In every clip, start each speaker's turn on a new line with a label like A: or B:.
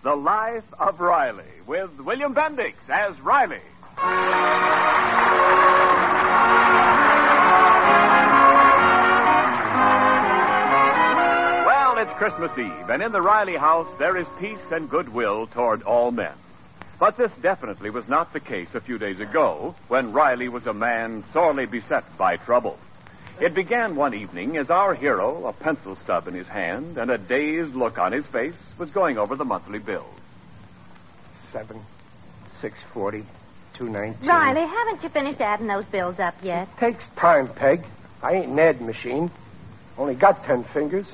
A: The Life of Riley with William Bendix as Riley. Well, it's Christmas Eve, and in the Riley house there is peace and goodwill toward all men. But this definitely was not the case a few days ago when Riley was a man sorely beset by trouble. It began one evening as our hero, a pencil stub in his hand and a dazed look on his face, was going over the monthly bill.
B: Seven, six forty, two nineteen.
C: Riley, haven't you finished adding those bills up yet?
B: Takes time, Peg. I ain't an ad machine. Only got ten fingers.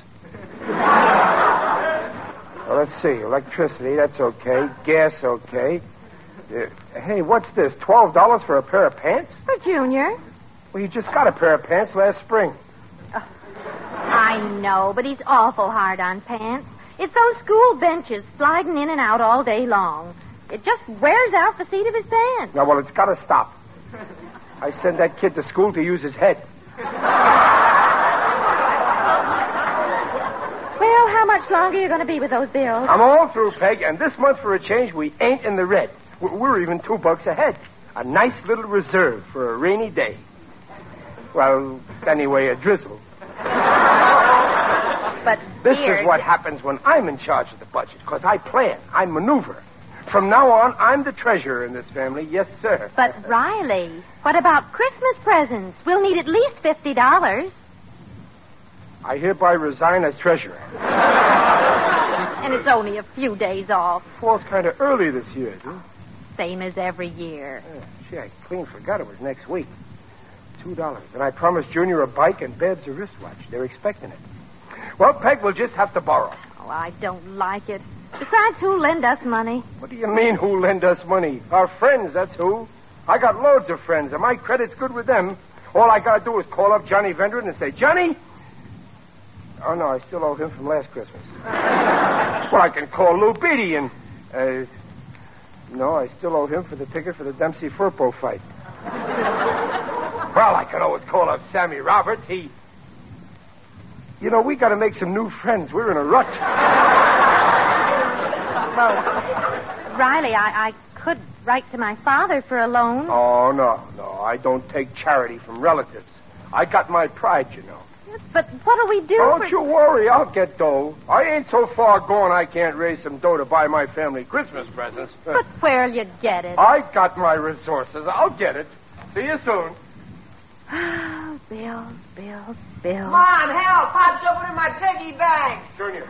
B: well, let's see. Electricity, that's okay. Gas, okay. Uh, hey, what's this? Twelve dollars for a pair of pants?
C: For Junior.
B: Well, you just got a pair of pants last spring.
C: I know, but he's awful hard on pants. It's those school benches sliding in and out all day long. It just wears out the seat of his pants.
B: Now, well, it's got to stop. I send that kid to school to use his head.
C: Well, how much longer are you going to be with those bills?
B: I'm all through, Peg, and this month for a change, we ain't in the red. We- We're even two bucks ahead. A nice little reserve for a rainy day. Well, anyway, a drizzle.
C: But
B: This
C: dear,
B: is what happens when I'm in charge of the budget, because I plan, I maneuver. From now on, I'm the treasurer in this family, yes, sir.
C: But Riley, what about Christmas presents? We'll need at least fifty dollars,
B: I hereby resign as treasurer.
C: and it's only a few days off,
B: Falls kind of early this year, isn't it?
C: same as every year.
B: Yeah, Gee, I clean forgot it was next week. Two dollars. And I promised Junior a bike and Babs a wristwatch. They're expecting it. Well, Peg, we'll just have to borrow.
C: Oh, I don't like it. Besides, who'll lend us money?
B: What do you mean, who lend us money? Our friends, that's who. I got loads of friends, and my credit's good with them. All I gotta do is call up Johnny Vendron and say, Johnny! Oh, no, I still owe him from last Christmas. well, I can call Lou Beatty and. Uh, no, I still owe him for the ticket for the Dempsey Furpo fight. well, I can always call up Sammy Roberts. He. You know, we gotta make some new friends. We're in a rut.
C: Oh, Riley, I, I could write to my father for a loan.
B: Oh, no, no. I don't take charity from relatives. I got my pride, you know.
C: But what'll we do?
B: Don't
C: for-
B: you worry. I'll get dough. I ain't so far gone I can't raise some dough to buy my family Christmas presents.
C: But where'll you get it?
B: I got my resources. I'll get it. See you soon.
C: bills, bills, bills.
D: Mom, help! Pop's opening my piggy bank.
B: Junior.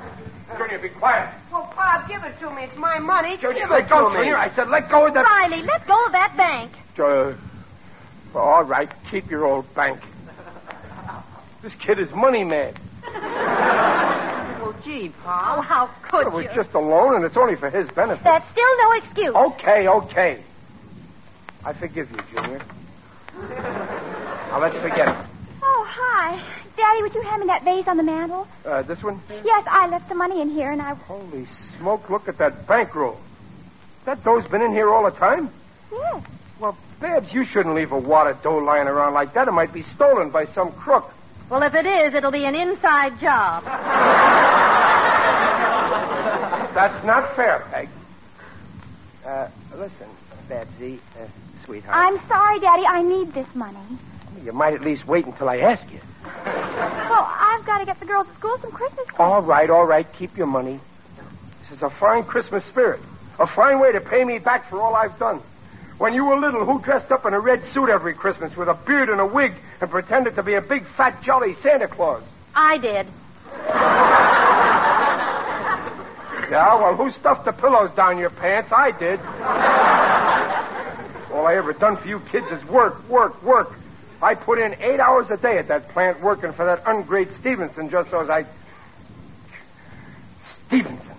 B: Junior, be quiet.
D: Well, Pop, give it to me. It's my money.
B: Junior,
D: give
B: let
D: it
B: go,
D: to me.
B: Junior. I said let go of that.
C: Riley, let go of that bank.
B: Uh, well, all right. Keep your old bank. This kid is money mad.
D: Well, gee,
C: Oh,
D: Pop.
C: how could
B: It was
C: you?
B: just a loan, and it's only for his benefit.
C: That's still no excuse.
B: Oh. Okay, okay. I forgive you, Junior. now let's forget it.
E: Oh, hi. Daddy, would you hand me that vase on the mantel?
B: Uh, this one?
E: Yes, I left the money in here and I.
B: Holy smoke, look at that bankroll. That dough's been in here all the time?
E: Yes.
B: Well, Babs, you shouldn't leave a wad of dough lying around like that. It might be stolen by some crook.
C: Well, if it is, it'll be an inside job.
B: That's not fair, Peg. Uh, listen, Babsy, uh, sweetheart.
E: I'm sorry, Daddy. I need this money.
B: You might at least wait until I ask you.
E: Well, I've got to get the girls at school some Christmas presents.
B: All right, all right. Keep your money. This is a fine Christmas spirit. A fine way to pay me back for all I've done. When you were little, who dressed up in a red suit every Christmas with a beard and a wig and pretended to be a big, fat, jolly Santa Claus?
C: I did.
B: Yeah, well, who stuffed the pillows down your pants? I did. All I ever done for you kids is work, work, work. I put in eight hours a day at that plant working for that ungrate Stevenson just so as I. Stevenson.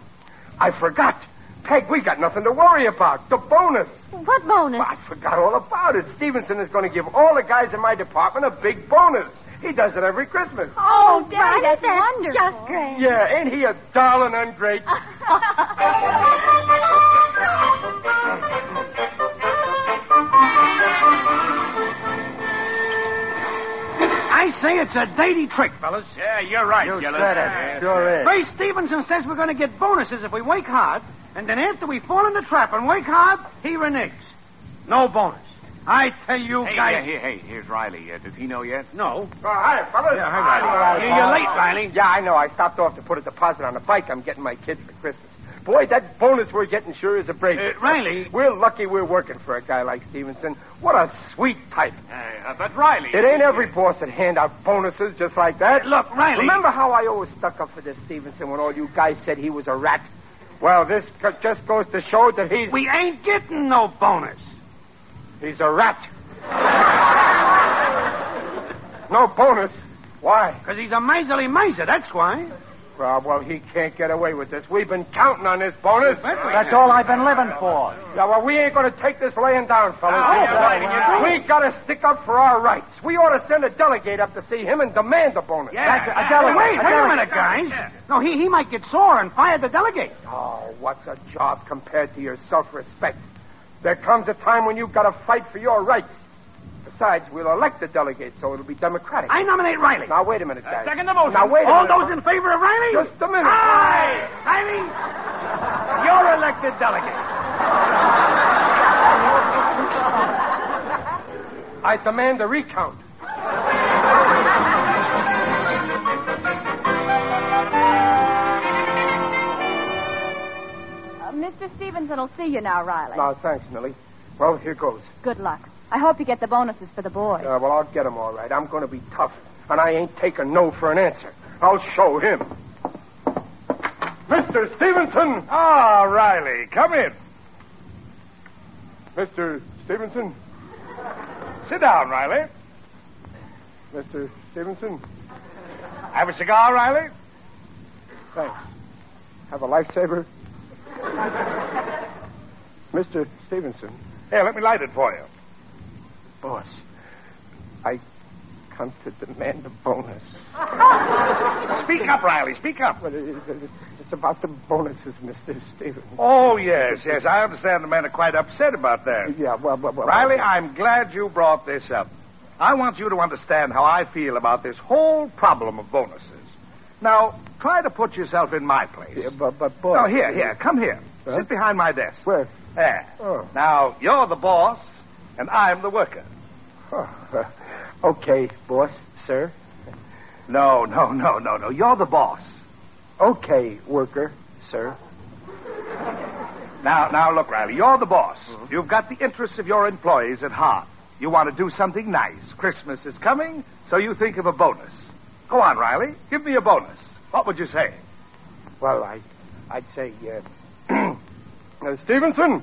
B: I forgot. Peg, we got nothing to worry about. The bonus.
C: What bonus?
B: Well, I forgot all about it. Stevenson is going to give all the guys in my department a big bonus. He does it every Christmas.
C: Oh,
E: Daddy, that's wonderful.
C: Just great.
B: Yeah, ain't he a darling ungrate?
F: I say it's a dainty trick, fellas.
A: Yeah, you're right,
F: You
A: Gillis.
F: said it.
A: Yes,
B: Sure
A: yes.
B: is.
F: Ray Stevenson says we're going to get bonuses if we wake hard, and then after we fall in the trap and wake hard, he reneges. No bonus. I tell you
A: Hey,
F: guys.
A: yeah, hey, hey, here's Riley. Uh, does he know yet?
F: No.
B: Oh, hi, fellas.
F: Yeah, hi, Riley.
B: Riley.
F: Yeah, you're late, Riley.
B: Yeah, I know. I stopped off to put a deposit on a bike I'm getting my kids for Christmas. Boy, that bonus we're getting sure is a break.
F: Uh, Riley.
B: We're lucky we're working for a guy like Stevenson. What a sweet type.
A: Uh, uh, but Riley.
B: It ain't every boss that hand out bonuses just like that.
F: Look, Riley.
B: Remember how I always stuck up for this Stevenson when all you guys said he was a rat? Well, this c- just goes to show that he's
F: We ain't getting no bonus.
B: he's a rat. no bonus. Why?
F: Because he's a miserly miser, that's why.
B: Rob, Uh, well, he can't get away with this. We've been counting on this bonus.
F: That's
B: all
F: I've been living for.
B: Yeah, well, we ain't going to take this laying down, fellas.
F: Oh, yeah, right, yeah.
B: we got to stick up for our rights. We ought to send a delegate up to see him and demand a bonus.
F: Yeah.
B: That's-
F: wait, wait a
B: delegate.
F: minute, guys. No, he, he might get sore and fire the delegate.
B: Oh, what's a job compared to your self-respect? There comes a time when you've got to fight for your rights. Besides, we'll elect a delegate, so it'll be democratic.
F: I nominate Riley.
B: Now, wait a minute, guys.
F: second the motion.
B: Now, wait a
F: All
B: minute.
F: those in favor of Riley?
B: Just a minute.
F: Aye. Riley, you're elected delegate.
B: I demand a recount.
G: Uh, Mr. Stevenson will see you now, Riley.
B: Now, thanks, Millie. Well, here goes.
G: Good luck. I hope you get the bonuses for the boys.
B: Uh, well, I'll get him all right. I'm going to be tough, and I ain't taking no for an answer. I'll show him. Mr. Stevenson!
A: Ah, Riley, come in.
B: Mr. Stevenson?
A: Sit down, Riley.
B: Mr. Stevenson?
A: Have a cigar, Riley?
B: Thanks. Have a lifesaver? Mr. Stevenson?
A: Here, let me light it for you.
B: Boss, I come to demand a bonus.
A: Speak up, Riley. Speak up.
B: But it, it, it's about the bonuses, Mr. Stevenson.
A: Oh, yes, yes. I understand the men are quite upset about that.
B: Yeah, well, well, well.
A: Riley, I'm glad you brought this up. I want you to understand how I feel about this whole problem of bonuses. Now, try to put yourself in my place.
B: Yeah, but, but, boss.
A: No, Oh, here, here. Come here.
B: Huh?
A: Sit behind my desk.
B: Where?
A: There.
B: Oh.
A: Now, you're the boss, and I'm the worker.
B: Oh, okay, boss, sir.
A: No, no, no, no, no. You're the boss.
B: Okay, worker, sir.
A: Now, now, look, Riley. You're the boss. You've got the interests of your employees at heart. You want to do something nice. Christmas is coming, so you think of a bonus. Go on, Riley. Give me a bonus. What would you say?
B: Well, I, I'd say, uh, uh, Stevenson,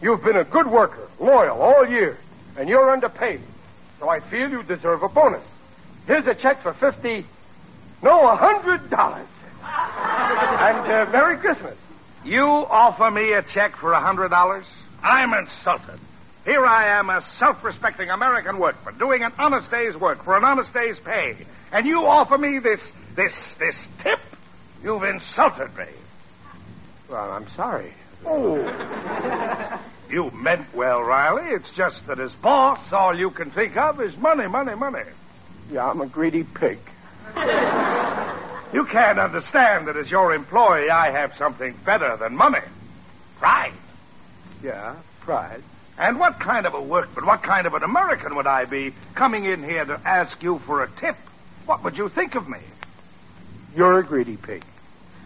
B: you've been a good worker, loyal all year, and you're underpaid. So I feel you deserve a bonus. Here's a check for fifty, no, a hundred dollars. and uh, Merry Christmas.
A: You offer me a check for a hundred dollars? I'm insulted. Here I am, a self-respecting American workman, doing an honest day's work for an honest day's pay, and you offer me this, this, this tip? You've insulted me.
B: Well, I'm sorry.
A: Oh. You meant well, Riley. It's just that as boss, all you can think of is money, money, money.
B: Yeah, I'm a greedy pig.
A: You can't understand that as your employee, I have something better than money. Pride.
B: Yeah, pride.
H: And what kind of a workman, what kind of an American would I be coming in here to ask you for a tip? What would you think of me?
B: You're a greedy pig.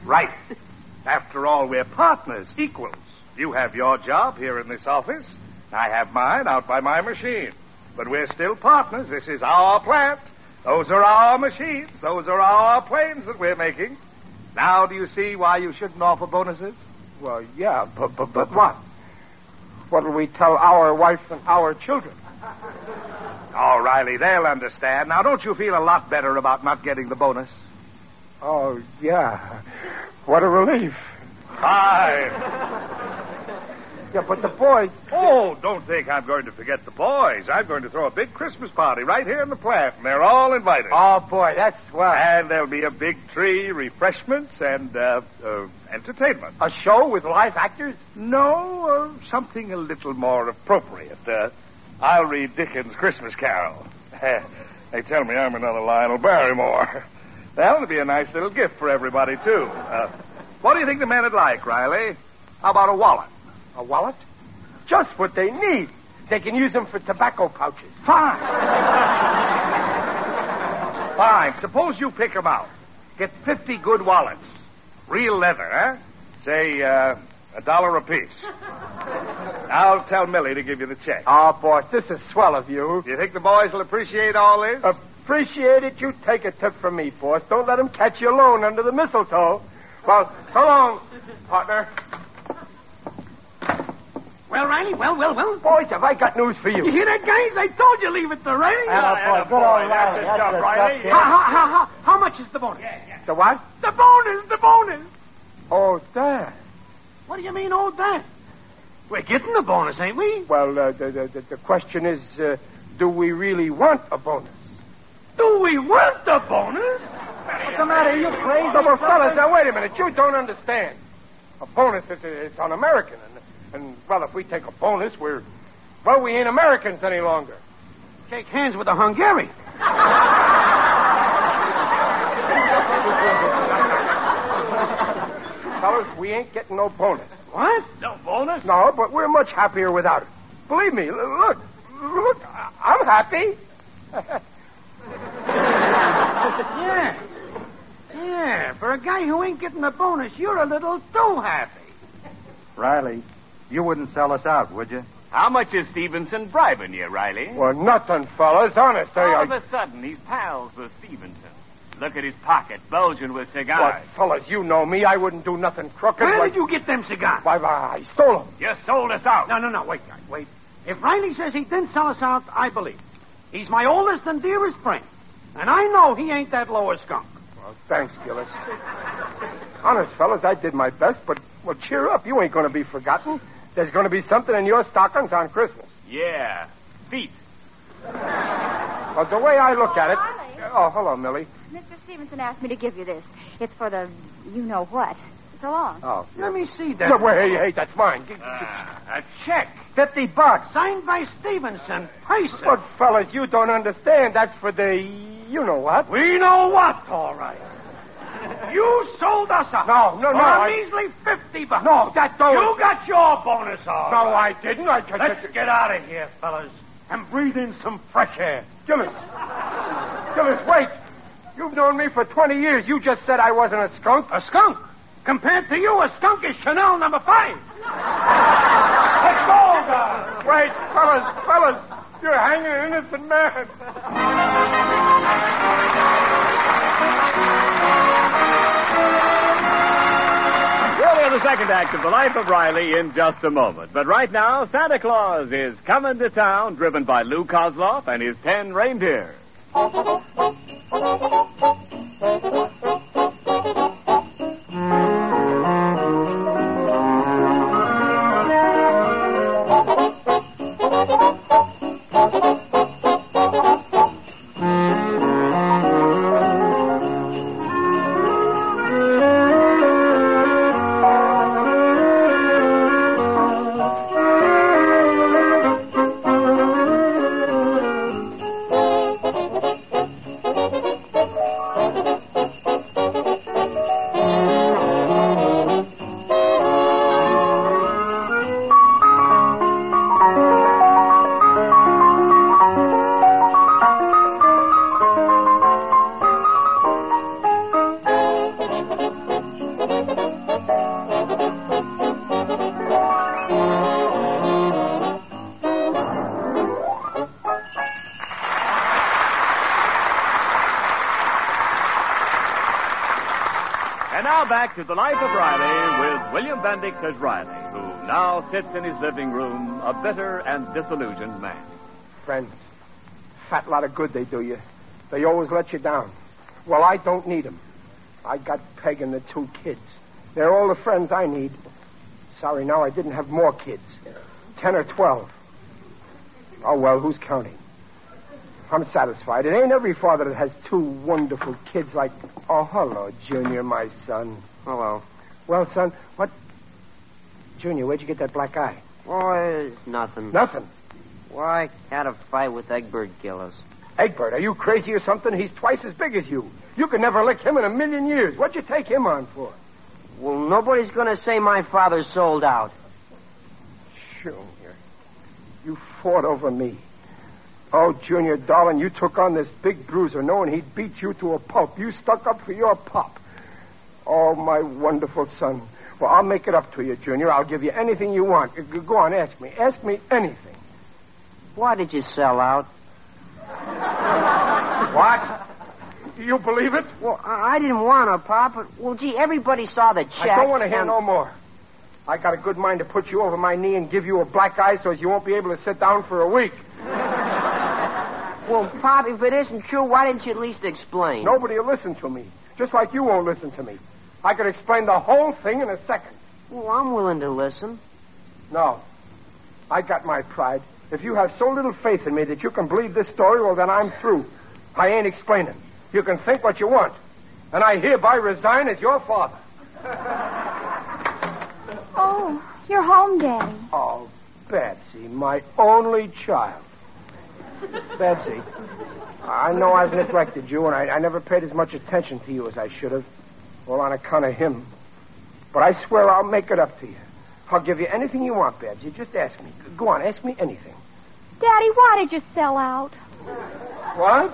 H: Right. After all, we're partners, equals. You have your job here in this office. I have mine out by my machine. But we're still partners. This is our plant. Those are our machines. Those are our planes that we're making. Now, do you see why you shouldn't offer bonuses?
B: Well, yeah, but, but, but what? What'll we tell our wife and our children?
H: Oh, Riley, they'll understand. Now, don't you feel a lot better about not getting the bonus?
B: Oh, yeah. What a relief.
H: Fine.
B: Yeah, but the boys.
H: Oh, don't think I'm going to forget the boys. I'm going to throw a big Christmas party right here in the plant, and they're all invited.
B: Oh, boy, that's swell.
H: And there'll be a big tree, refreshments, and uh, uh, entertainment.
B: A show with live actors?
H: No, uh, something a little more appropriate. Uh, I'll read Dickens' Christmas Carol. they tell me I'm another Lionel Barrymore. That'll be a nice little gift for everybody, too. Uh, what do you think the men would like, Riley? How about a wallet?
B: A wallet? Just what they need. They can use them for tobacco pouches.
H: Fine. Fine. Suppose you pick 'em out. Get 50 good wallets. Real leather, eh? Say, uh, a dollar apiece. I'll tell Millie to give you the check.
B: Oh, boss, this is swell of you.
H: Do you think the boys will appreciate all this?
B: Appreciate it? You take a tip from me, boss. Don't let 'em catch you alone under the mistletoe. Well, so long, partner.
F: Well, Riley, well, well, well.
B: Boys, have I got news for you.
F: You hear that, guys? I told you leave it to Riley.
B: Atta boy, good old Riley.
H: That's
B: That's
H: the
B: the
H: Riley.
B: stuff,
F: How,
B: yeah.
F: how, how, how, how much is the bonus?
B: The what?
F: The bonus, the bonus.
B: Oh, there.
F: What do you mean, all that? We're getting the bonus, ain't we?
B: Well, uh, the, the, the, the question is, uh, do we really want a bonus?
F: Do we want the bonus?
B: What's the matter? You crazy? Well, fellas, now wait a minute. You don't understand. A bonus, it's, it's on American. And, and, well, if we take a bonus, we're, well, we ain't Americans any longer.
F: Shake hands with the Hungarian.
B: Fellas, we ain't getting no bonus.
F: What? No bonus?
B: No, but we're much happier without it. Believe me, l- look, look, I- I'm happy.
F: Yeah. Yeah, for a guy who ain't getting the bonus, you're a little too happy.
I: Riley, you wouldn't sell us out, would you?
A: How much is Stevenson bribing you, Riley?
B: well, nothing, fellas. Honest, I...
A: All
B: I...
A: of a sudden, he's pals with Stevenson. Look at his pocket, bulging with
B: Well,
A: cigars.
B: fellas, you know me. I wouldn't do nothing crooked.
F: Where
B: Why-
F: did you get them cigars?
B: Why, why, I stole them.
A: You sold us out.
F: No, no, no. Wait, guys, wait. If Riley says he didn't sell us out, I believe. him. He's my oldest and dearest friend. And I know he ain't that lower skunk.
B: Thanks, Gillis. Honest, fellas, I did my best, but, well, cheer up. You ain't going to be forgotten. There's going to be something in your stockings on Christmas.
A: Yeah. Feet.
B: Well, the way I look at it.
E: Riley.
B: Oh, hello, Millie.
E: Mr. Stevenson asked me to give you this. It's for the you know what. So long.
B: Oh.
F: Let me see that.
B: Yeah, well, hey, hey, that's mine. G-
A: Ah, a check.
B: 50 bucks.
F: Signed by Stevenson, Payson.
B: But, fellas, you don't understand. That's for the. You know what?
F: We know what, all right. You sold us out.
B: No, no, no,
F: For a
B: I-
F: measly 50 bucks.
B: No, that don't-
F: You got your bonus, all
B: No,
F: right.
B: I didn't. I just.
F: Let's get out of here, fellas, and breathe in some fresh air.
B: Gillis. Gillis, wait. You've known me for 20 years. You just said I wasn't a skunk.
F: A skunk? Compared to you, a skunk is Chanel number five.
B: Let's go, Wait, fellas, fellas. You're hanging an innocent man.
A: We'll hear the second act of The Life of Riley in just a moment. But right now, Santa Claus is coming to town, driven by Lou Kozloff and his ten reindeer.
J: Thank you.
A: Now back to the life of Riley with William Bendix as Riley, who now sits in his living room, a bitter and disillusioned man.
B: Friends, fat lot of good they do you. They always let you down. Well, I don't need 'em. I got Peg and the two kids. They're all the friends I need. Sorry, now I didn't have more kids. Ten or twelve. Oh, well, who's counting? I'm satisfied. It ain't every father that has two wonderful kids like. Oh, hello, Junior, my son. Hello. Well, son, what. Junior, where'd you get that black eye?
J: Oh, it's nothing.
B: Nothing.
J: Why, I had a fight with Egbert Gillis.
B: Egbert, are you crazy or something? He's twice as big as you. You could never lick him in a million years. What'd you take him on for?
J: Well, nobody's going to say my father's sold out.
B: Junior, you fought over me. Oh, Junior, darling, you took on this big bruiser knowing he'd beat you to a pulp. You stuck up for your pop. Oh, my wonderful son. Well, I'll make it up to you, Junior. I'll give you anything you want. G- Go on, ask me. Ask me anything.
J: Why did you sell out?
B: What? You believe it?
J: Well, I I didn't want to, Pop, but, well, gee, everybody saw the check.
B: I don't want to hear
J: and-
B: no more. I got a good mind to put you over my knee and give you a black eye so as you won't be able to sit down for a week.
J: Well, Pop, if it isn't true, why didn't you at least explain?
B: Nobody will listen to me, just like you won't listen to me. I could explain the whole thing in a second.
J: Well, I'm willing to listen.
B: No. I got my pride. If you have so little faith in me that you can believe this story, well, then I'm through. I ain't explaining. You can think what you want. And I hereby resign as your father.
G: Oh, you're home, Daddy.
B: Oh, Betsy, my only child. Betsy, I know I've neglected you, and I, I never paid as much attention to you as I should have, all on account of him. But I swear I'll make it up to you. I'll give you anything you want, Betsy. Just ask me. Go on, ask me anything.
G: Daddy, why did you sell out?
B: What?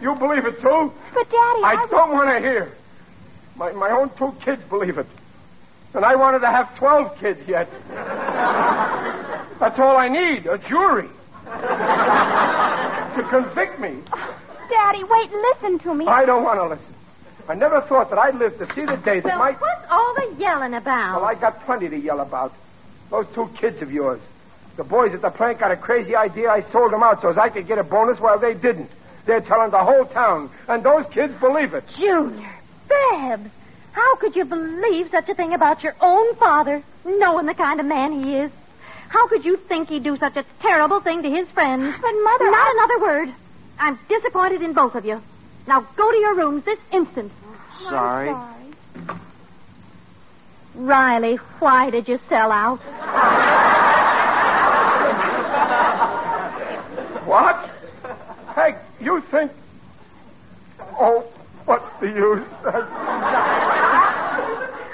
B: You believe it, too?
G: But, Daddy,
B: I don't want to hear. My, my own two kids believe it. And I wanted to have 12 kids yet. That's all I need a jury to convict me.
G: Daddy, wait, listen to me.
B: I don't want to listen. I never thought that I'd live to see the day that
C: Well,
B: my.
C: what's all the yelling about?
B: Well, I got plenty to yell about. Those two kids of yours. The boys at the plant got a crazy idea. I sold them out so as I could get a bonus while they didn't. They're telling the whole town, and those kids believe it.
C: Junior, Babs, how could you believe such a thing about your own father, knowing the kind of man he is? How could you think he'd do such a terrible thing to his friends? But, Mother. Not another word. I'm disappointed in both of you. Now go to your rooms this instant.
J: Sorry.
C: Riley, why did you sell out?
B: What? Hey, you think. Oh, what's the use?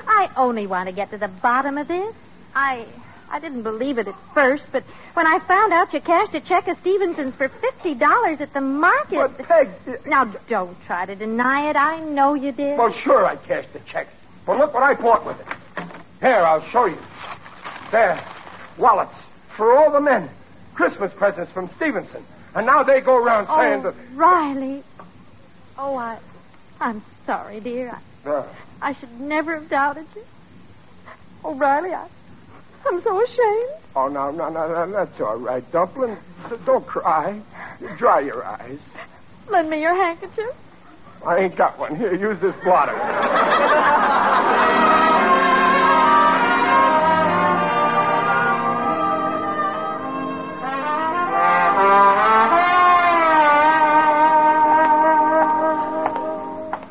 C: I only want to get to the bottom of this. I I didn't believe it at first, but when I found out you cashed a check of Stevenson's for fifty dollars at the market.
B: But Peg,
C: now don't try to deny it. I know you did.
B: well, sure, I cashed the check. But look what I bought with it. Here, I'll show you. There. Wallets. For all the men. Christmas presents from Stevenson. And now they go around saying
C: oh,
B: that.
C: Riley. Oh, I I'm sorry, dear. I,
B: Uh,
C: I should never have doubted you. Oh, Riley, I I'm so ashamed.
B: oh, no, no, no, no, that's all right, Dumpling. D- Don't cry. Dry your eyes.
C: Lend me your handkerchief.
B: I ain't got one. Here, use this blotter.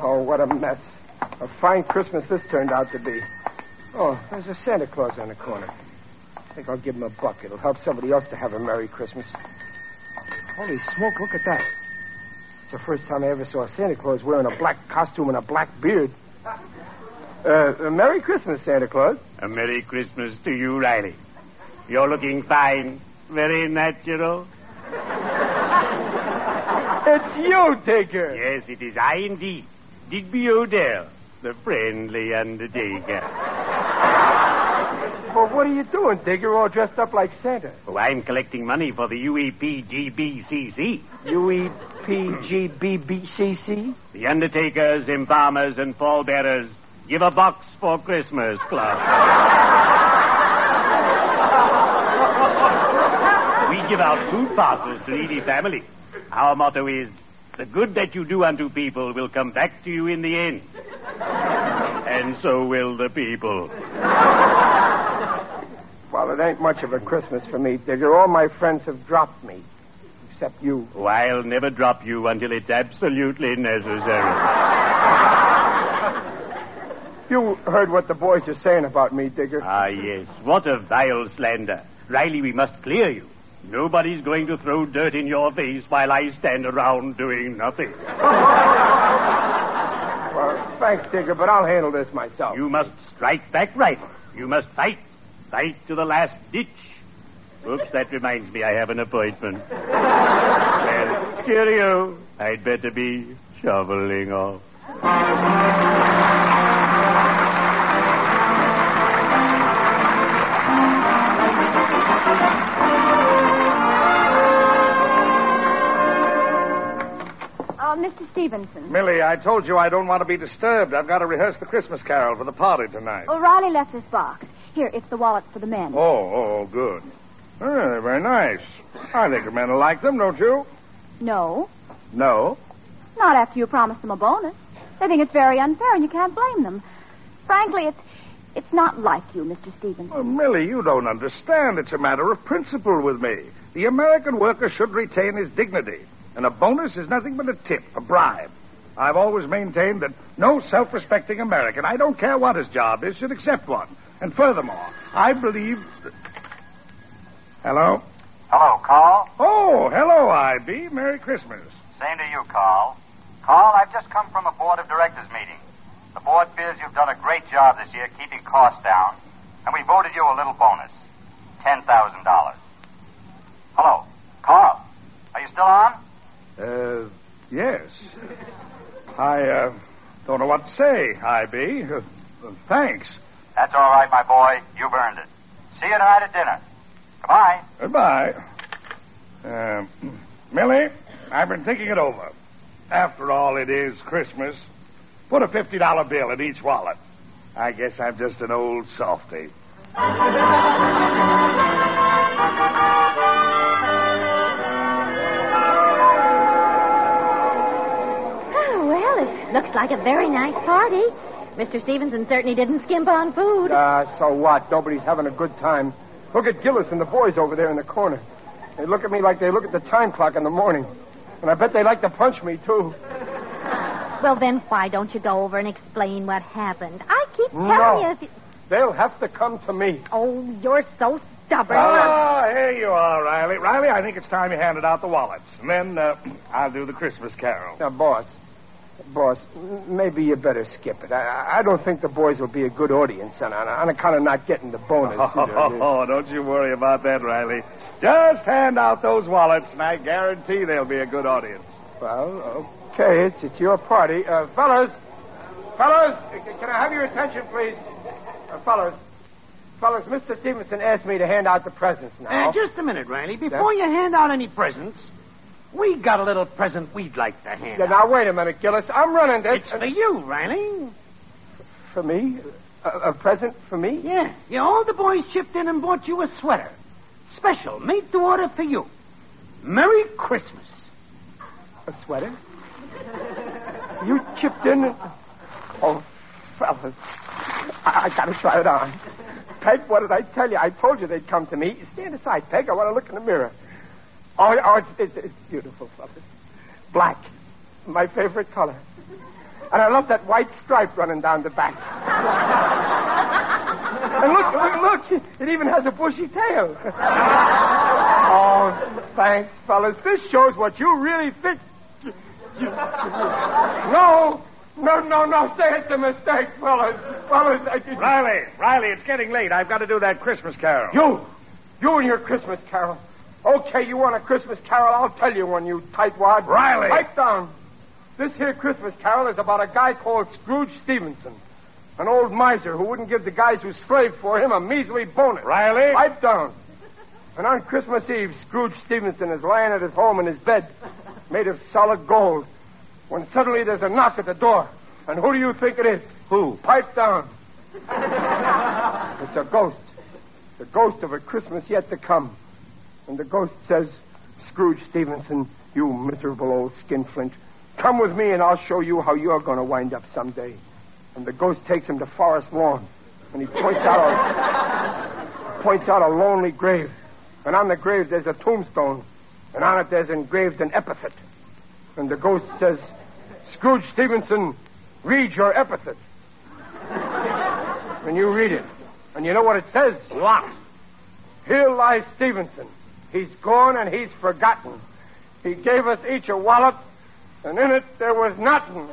B: Oh, what a mess. A fine Christmas this turned out to be. Oh, there's a Santa Claus on the corner. I think I'll give him a buck. It'll help somebody else to have a Merry Christmas. Holy smoke, look at that. It's the first time I ever saw Santa Claus wearing a black costume and a black beard. Uh, uh, Merry Christmas, Santa Claus.
K: A Merry Christmas to you, Riley. You're looking fine. Very natural.
B: it's you, Digger.
K: Yes, it is I indeed. Digby Odell, the friendly undertaker.
B: Well, what are you doing, Digger, all dressed up like Santa?
K: Oh, I'm collecting money for the
A: E
K: UEPGBCC,
B: UEPGBBCC?
K: the Undertakers, Embalmers, and Pallbearers
A: Give a box for Christmas, Club. We give out food parcels to needy families. Our motto is the good that you do unto people will come back to you in the end. And so will the people.
B: Well, it ain't much of a Christmas for me, Digger. All my friends have dropped me, except you.
A: Oh, I'll never drop you until it's absolutely necessary.
B: You heard what the boys are saying about me, Digger.
A: Ah, yes. What a vile slander. Riley, we must clear you. Nobody's going to throw dirt in your face while I stand around doing nothing.
B: Well, thanks, Digger, but I'll handle this myself.
A: You must strike back right. You must fight. Fight to the last ditch. Oops, that reminds me I have an appointment. well, cheerio. I'd better be shoveling off.
E: Uh, Mr. Stevenson.
L: Millie, I told you I don't want to be disturbed. I've got to rehearse the Christmas carol for the party tonight.
E: O'Reilly left this box. Here, it's the wallet for the men.
L: Oh, oh, oh, good. Ah, they're very nice. I think the men will like them, don't you?
E: No,
L: No.
E: not after you promised them a bonus. They think it's very unfair, and you can't blame them. Frankly, it's it's not like you, Mr. Stevenson.
L: Well, Millie, you don't understand. It's a matter of principle with me. The American worker should retain his dignity, and a bonus is nothing but a tip, a bribe. I've always maintained that no self respecting American, I don't care what his job is, should accept one. And furthermore, I believe. that- Hello?
F: Hello, Carl.
L: Oh, hello, IB. Merry Christmas.
F: Same to you, Carl. Carl, I've just come from a board of directors meeting. The board feels you've done a great job this year keeping costs down, and we voted you a little bonus $10,000. Hello, Carl. Are you still on?
L: Uh, yes. I, uh, don't know what to say, IB. Uh, uh, thanks.
F: That's all right, my boy. You've earned it. See you tonight at dinner. Goodbye.
L: Goodbye. Uh, Millie, I've been thinking it over. After all, it is Christmas. Put a $50 bill in each wallet. I guess I'm just an old softy.
C: Oh, well, it looks like a very nice party. Mr. Stevenson certainly didn't skimp on food.
B: Uh, so what? Nobody's having a good time. Look at Gillis and the boys over there in the corner. They look at me like they look at the time clock in the morning. And I bet they like to punch me, too.
C: Well, then why don't you go over and explain what happened? I keep telling
B: No.
C: you. If you...
B: They'll have to come to me.
C: Oh, you're so stubborn.
L: Ah, here you are, Riley. Riley, I think it's time you handed out the wallets. And then uh, I'll do the Christmas carol.
B: Now, boss, boss, m- maybe you better skip it. I- I, I don't think the boys will be a good audience on, on, on account of not getting the bonus. either.
L: Oh, don't you worry about that, Riley. Just hand out those wallets, and I guarantee they'll be a good audience.
B: Well, okay, it's, it's your party. Uh, fellas, fellas, c- can I have your attention, please? Uh, fellas, fellas, Mr. Stevenson asked me to hand out the presents
M: Uh,
B: now.
H: Oh.
M: just a minute, Riley. Before you hand out any presents, we got a little present we'd like to hand
B: Yeah,
M: out.
B: now, wait a minute, Gillis. I'm running this.
M: It's for you, Riley.
B: For me? A, a present for me?
M: Yeah. Yeah, all the boys chipped in and bought you a sweater. Special, made to order for you. Merry Christmas.
B: A sweater? You chipped in and... Oh, fellas, I, I gotta try it on. Peg, what did I tell you? I told you they'd come to me. Stand aside, Peg. I want to look in the mirror. Oh, oh it's, it's, it's beautiful, fellas. Black, my favorite color. And I love that white stripe running down the back. And look, look, look, it even has a bushy tail. oh, thanks, fellas. This shows what you really fit. No, no, no, no. Say it's a mistake, fellas. Fellas, I just...
L: Riley, Riley, it's getting late. I've got to do that Christmas carol.
B: You, you and your Christmas carol. Okay, you want a Christmas carol? I'll tell you one, you tightwad.
L: Riley!
B: Pipe down. This here Christmas carol is about a guy called Scrooge Stevenson. An old miser who wouldn't give the guys who slaved for him a measly bonus.
L: Riley?
B: Pipe down. And on Christmas Eve, Scrooge Stevenson is lying at his home in his bed, made of solid gold, when suddenly there's a knock at the door. And who do you think it is? Who? Pipe down. It's a ghost. The ghost of a Christmas yet to come. And the ghost says, Scrooge Stevenson, you miserable old skinflint, come with me and I'll show you how you're going to wind up someday. And the ghost takes him to Forest Lawn. And he points out a, points out a lonely grave. And on the grave there's a tombstone. And on it there's engraved an epithet. And the ghost says, Scrooge Stevenson, read your epithet. And you read it. And you know what it says? What? Here lies Stevenson. He's gone and he's forgotten. He gave us each a wallet, and in it there was nothing.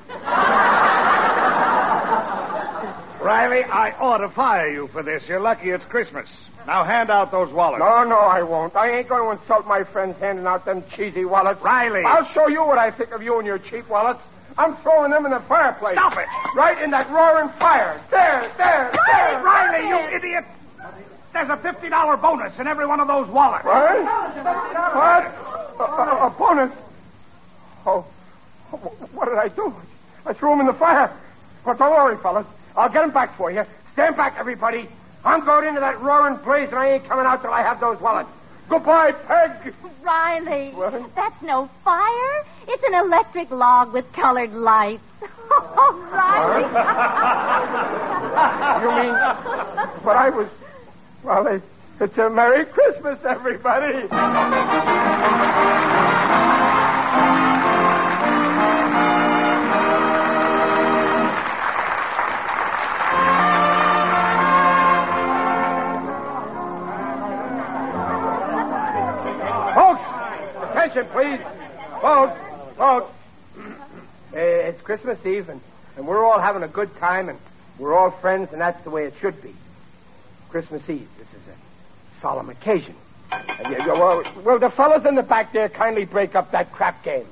H: Riley, I ought to fire you for this. You're lucky it's Christmas. Now hand out those wallets.
B: No, no, I won't. I ain't going to insult my friends handing out them cheesy wallets.
H: Riley.
B: I'll show you what I think of you and your cheap wallets. I'm throwing them in the fireplace.
H: Stop it.
B: Right in that roaring fire. There, there, there.
H: Riley, you idiot. There's a $50 bonus in every one of those wallets.
B: What? What? A, a, a bonus? Oh, what did I do? I threw him in the fire. But don't worry, fellas. I'll get him back for you. Stand back, everybody. I'm going into that roaring blaze, and I ain't coming out till I have those wallets. Goodbye, Peg.
C: Riley, that's no fire. It's an electric log with colored lights. Oh, Riley.
B: You mean? But I was. Well, it- it's a Merry Christmas, everybody. Folks, attention, please. Folks, folks. Eh, It's Christmas Eve, and, and we're all having a good time, and we're all friends, and that's the way it should be. Christmas Eve. This is a solemn occasion. And you- you- well, will the fellas in the back there kindly break up that crap game?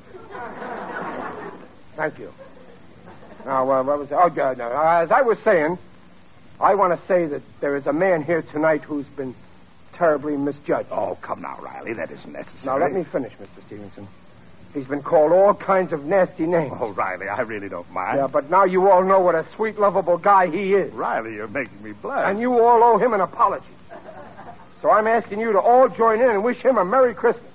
B: Thank you. Now, uh, what was oh, yeah, no, as I was saying, I want to say that there is a man here tonight who's been terribly misjudged.
H: Oh, come now, Riley. That isn't necessary.
B: Now, let me finish, Mr. Stevenson. He's been called all kinds of nasty names.
H: Oh, Riley, I really don't mind.
B: Yeah, but now you all know what a sweet, lovable guy he is.
H: Riley, you're making me blush.
B: And you all owe him an apology. So I'm asking you to all join in and wish him a Merry Christmas.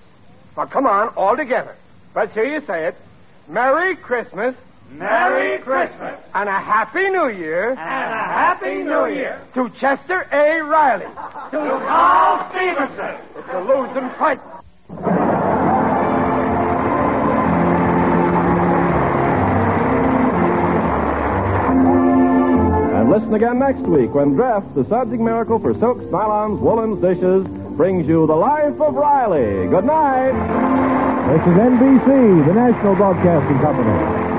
B: Now, come on, all together. Let's hear you say it. Merry Christmas.
F: Merry Christmas.
B: And a Happy New Year. And a
F: Happy New Year.
B: To Chester A. Riley.
F: To Carl Stevenson.
B: It's a losing fight.
N: And listen again next week when Draft, the Subject Miracle for Silks, Nylons, Woolens, Dishes, brings you The Life of Riley. Good night.
O: This is NBC, the National Broadcasting Company.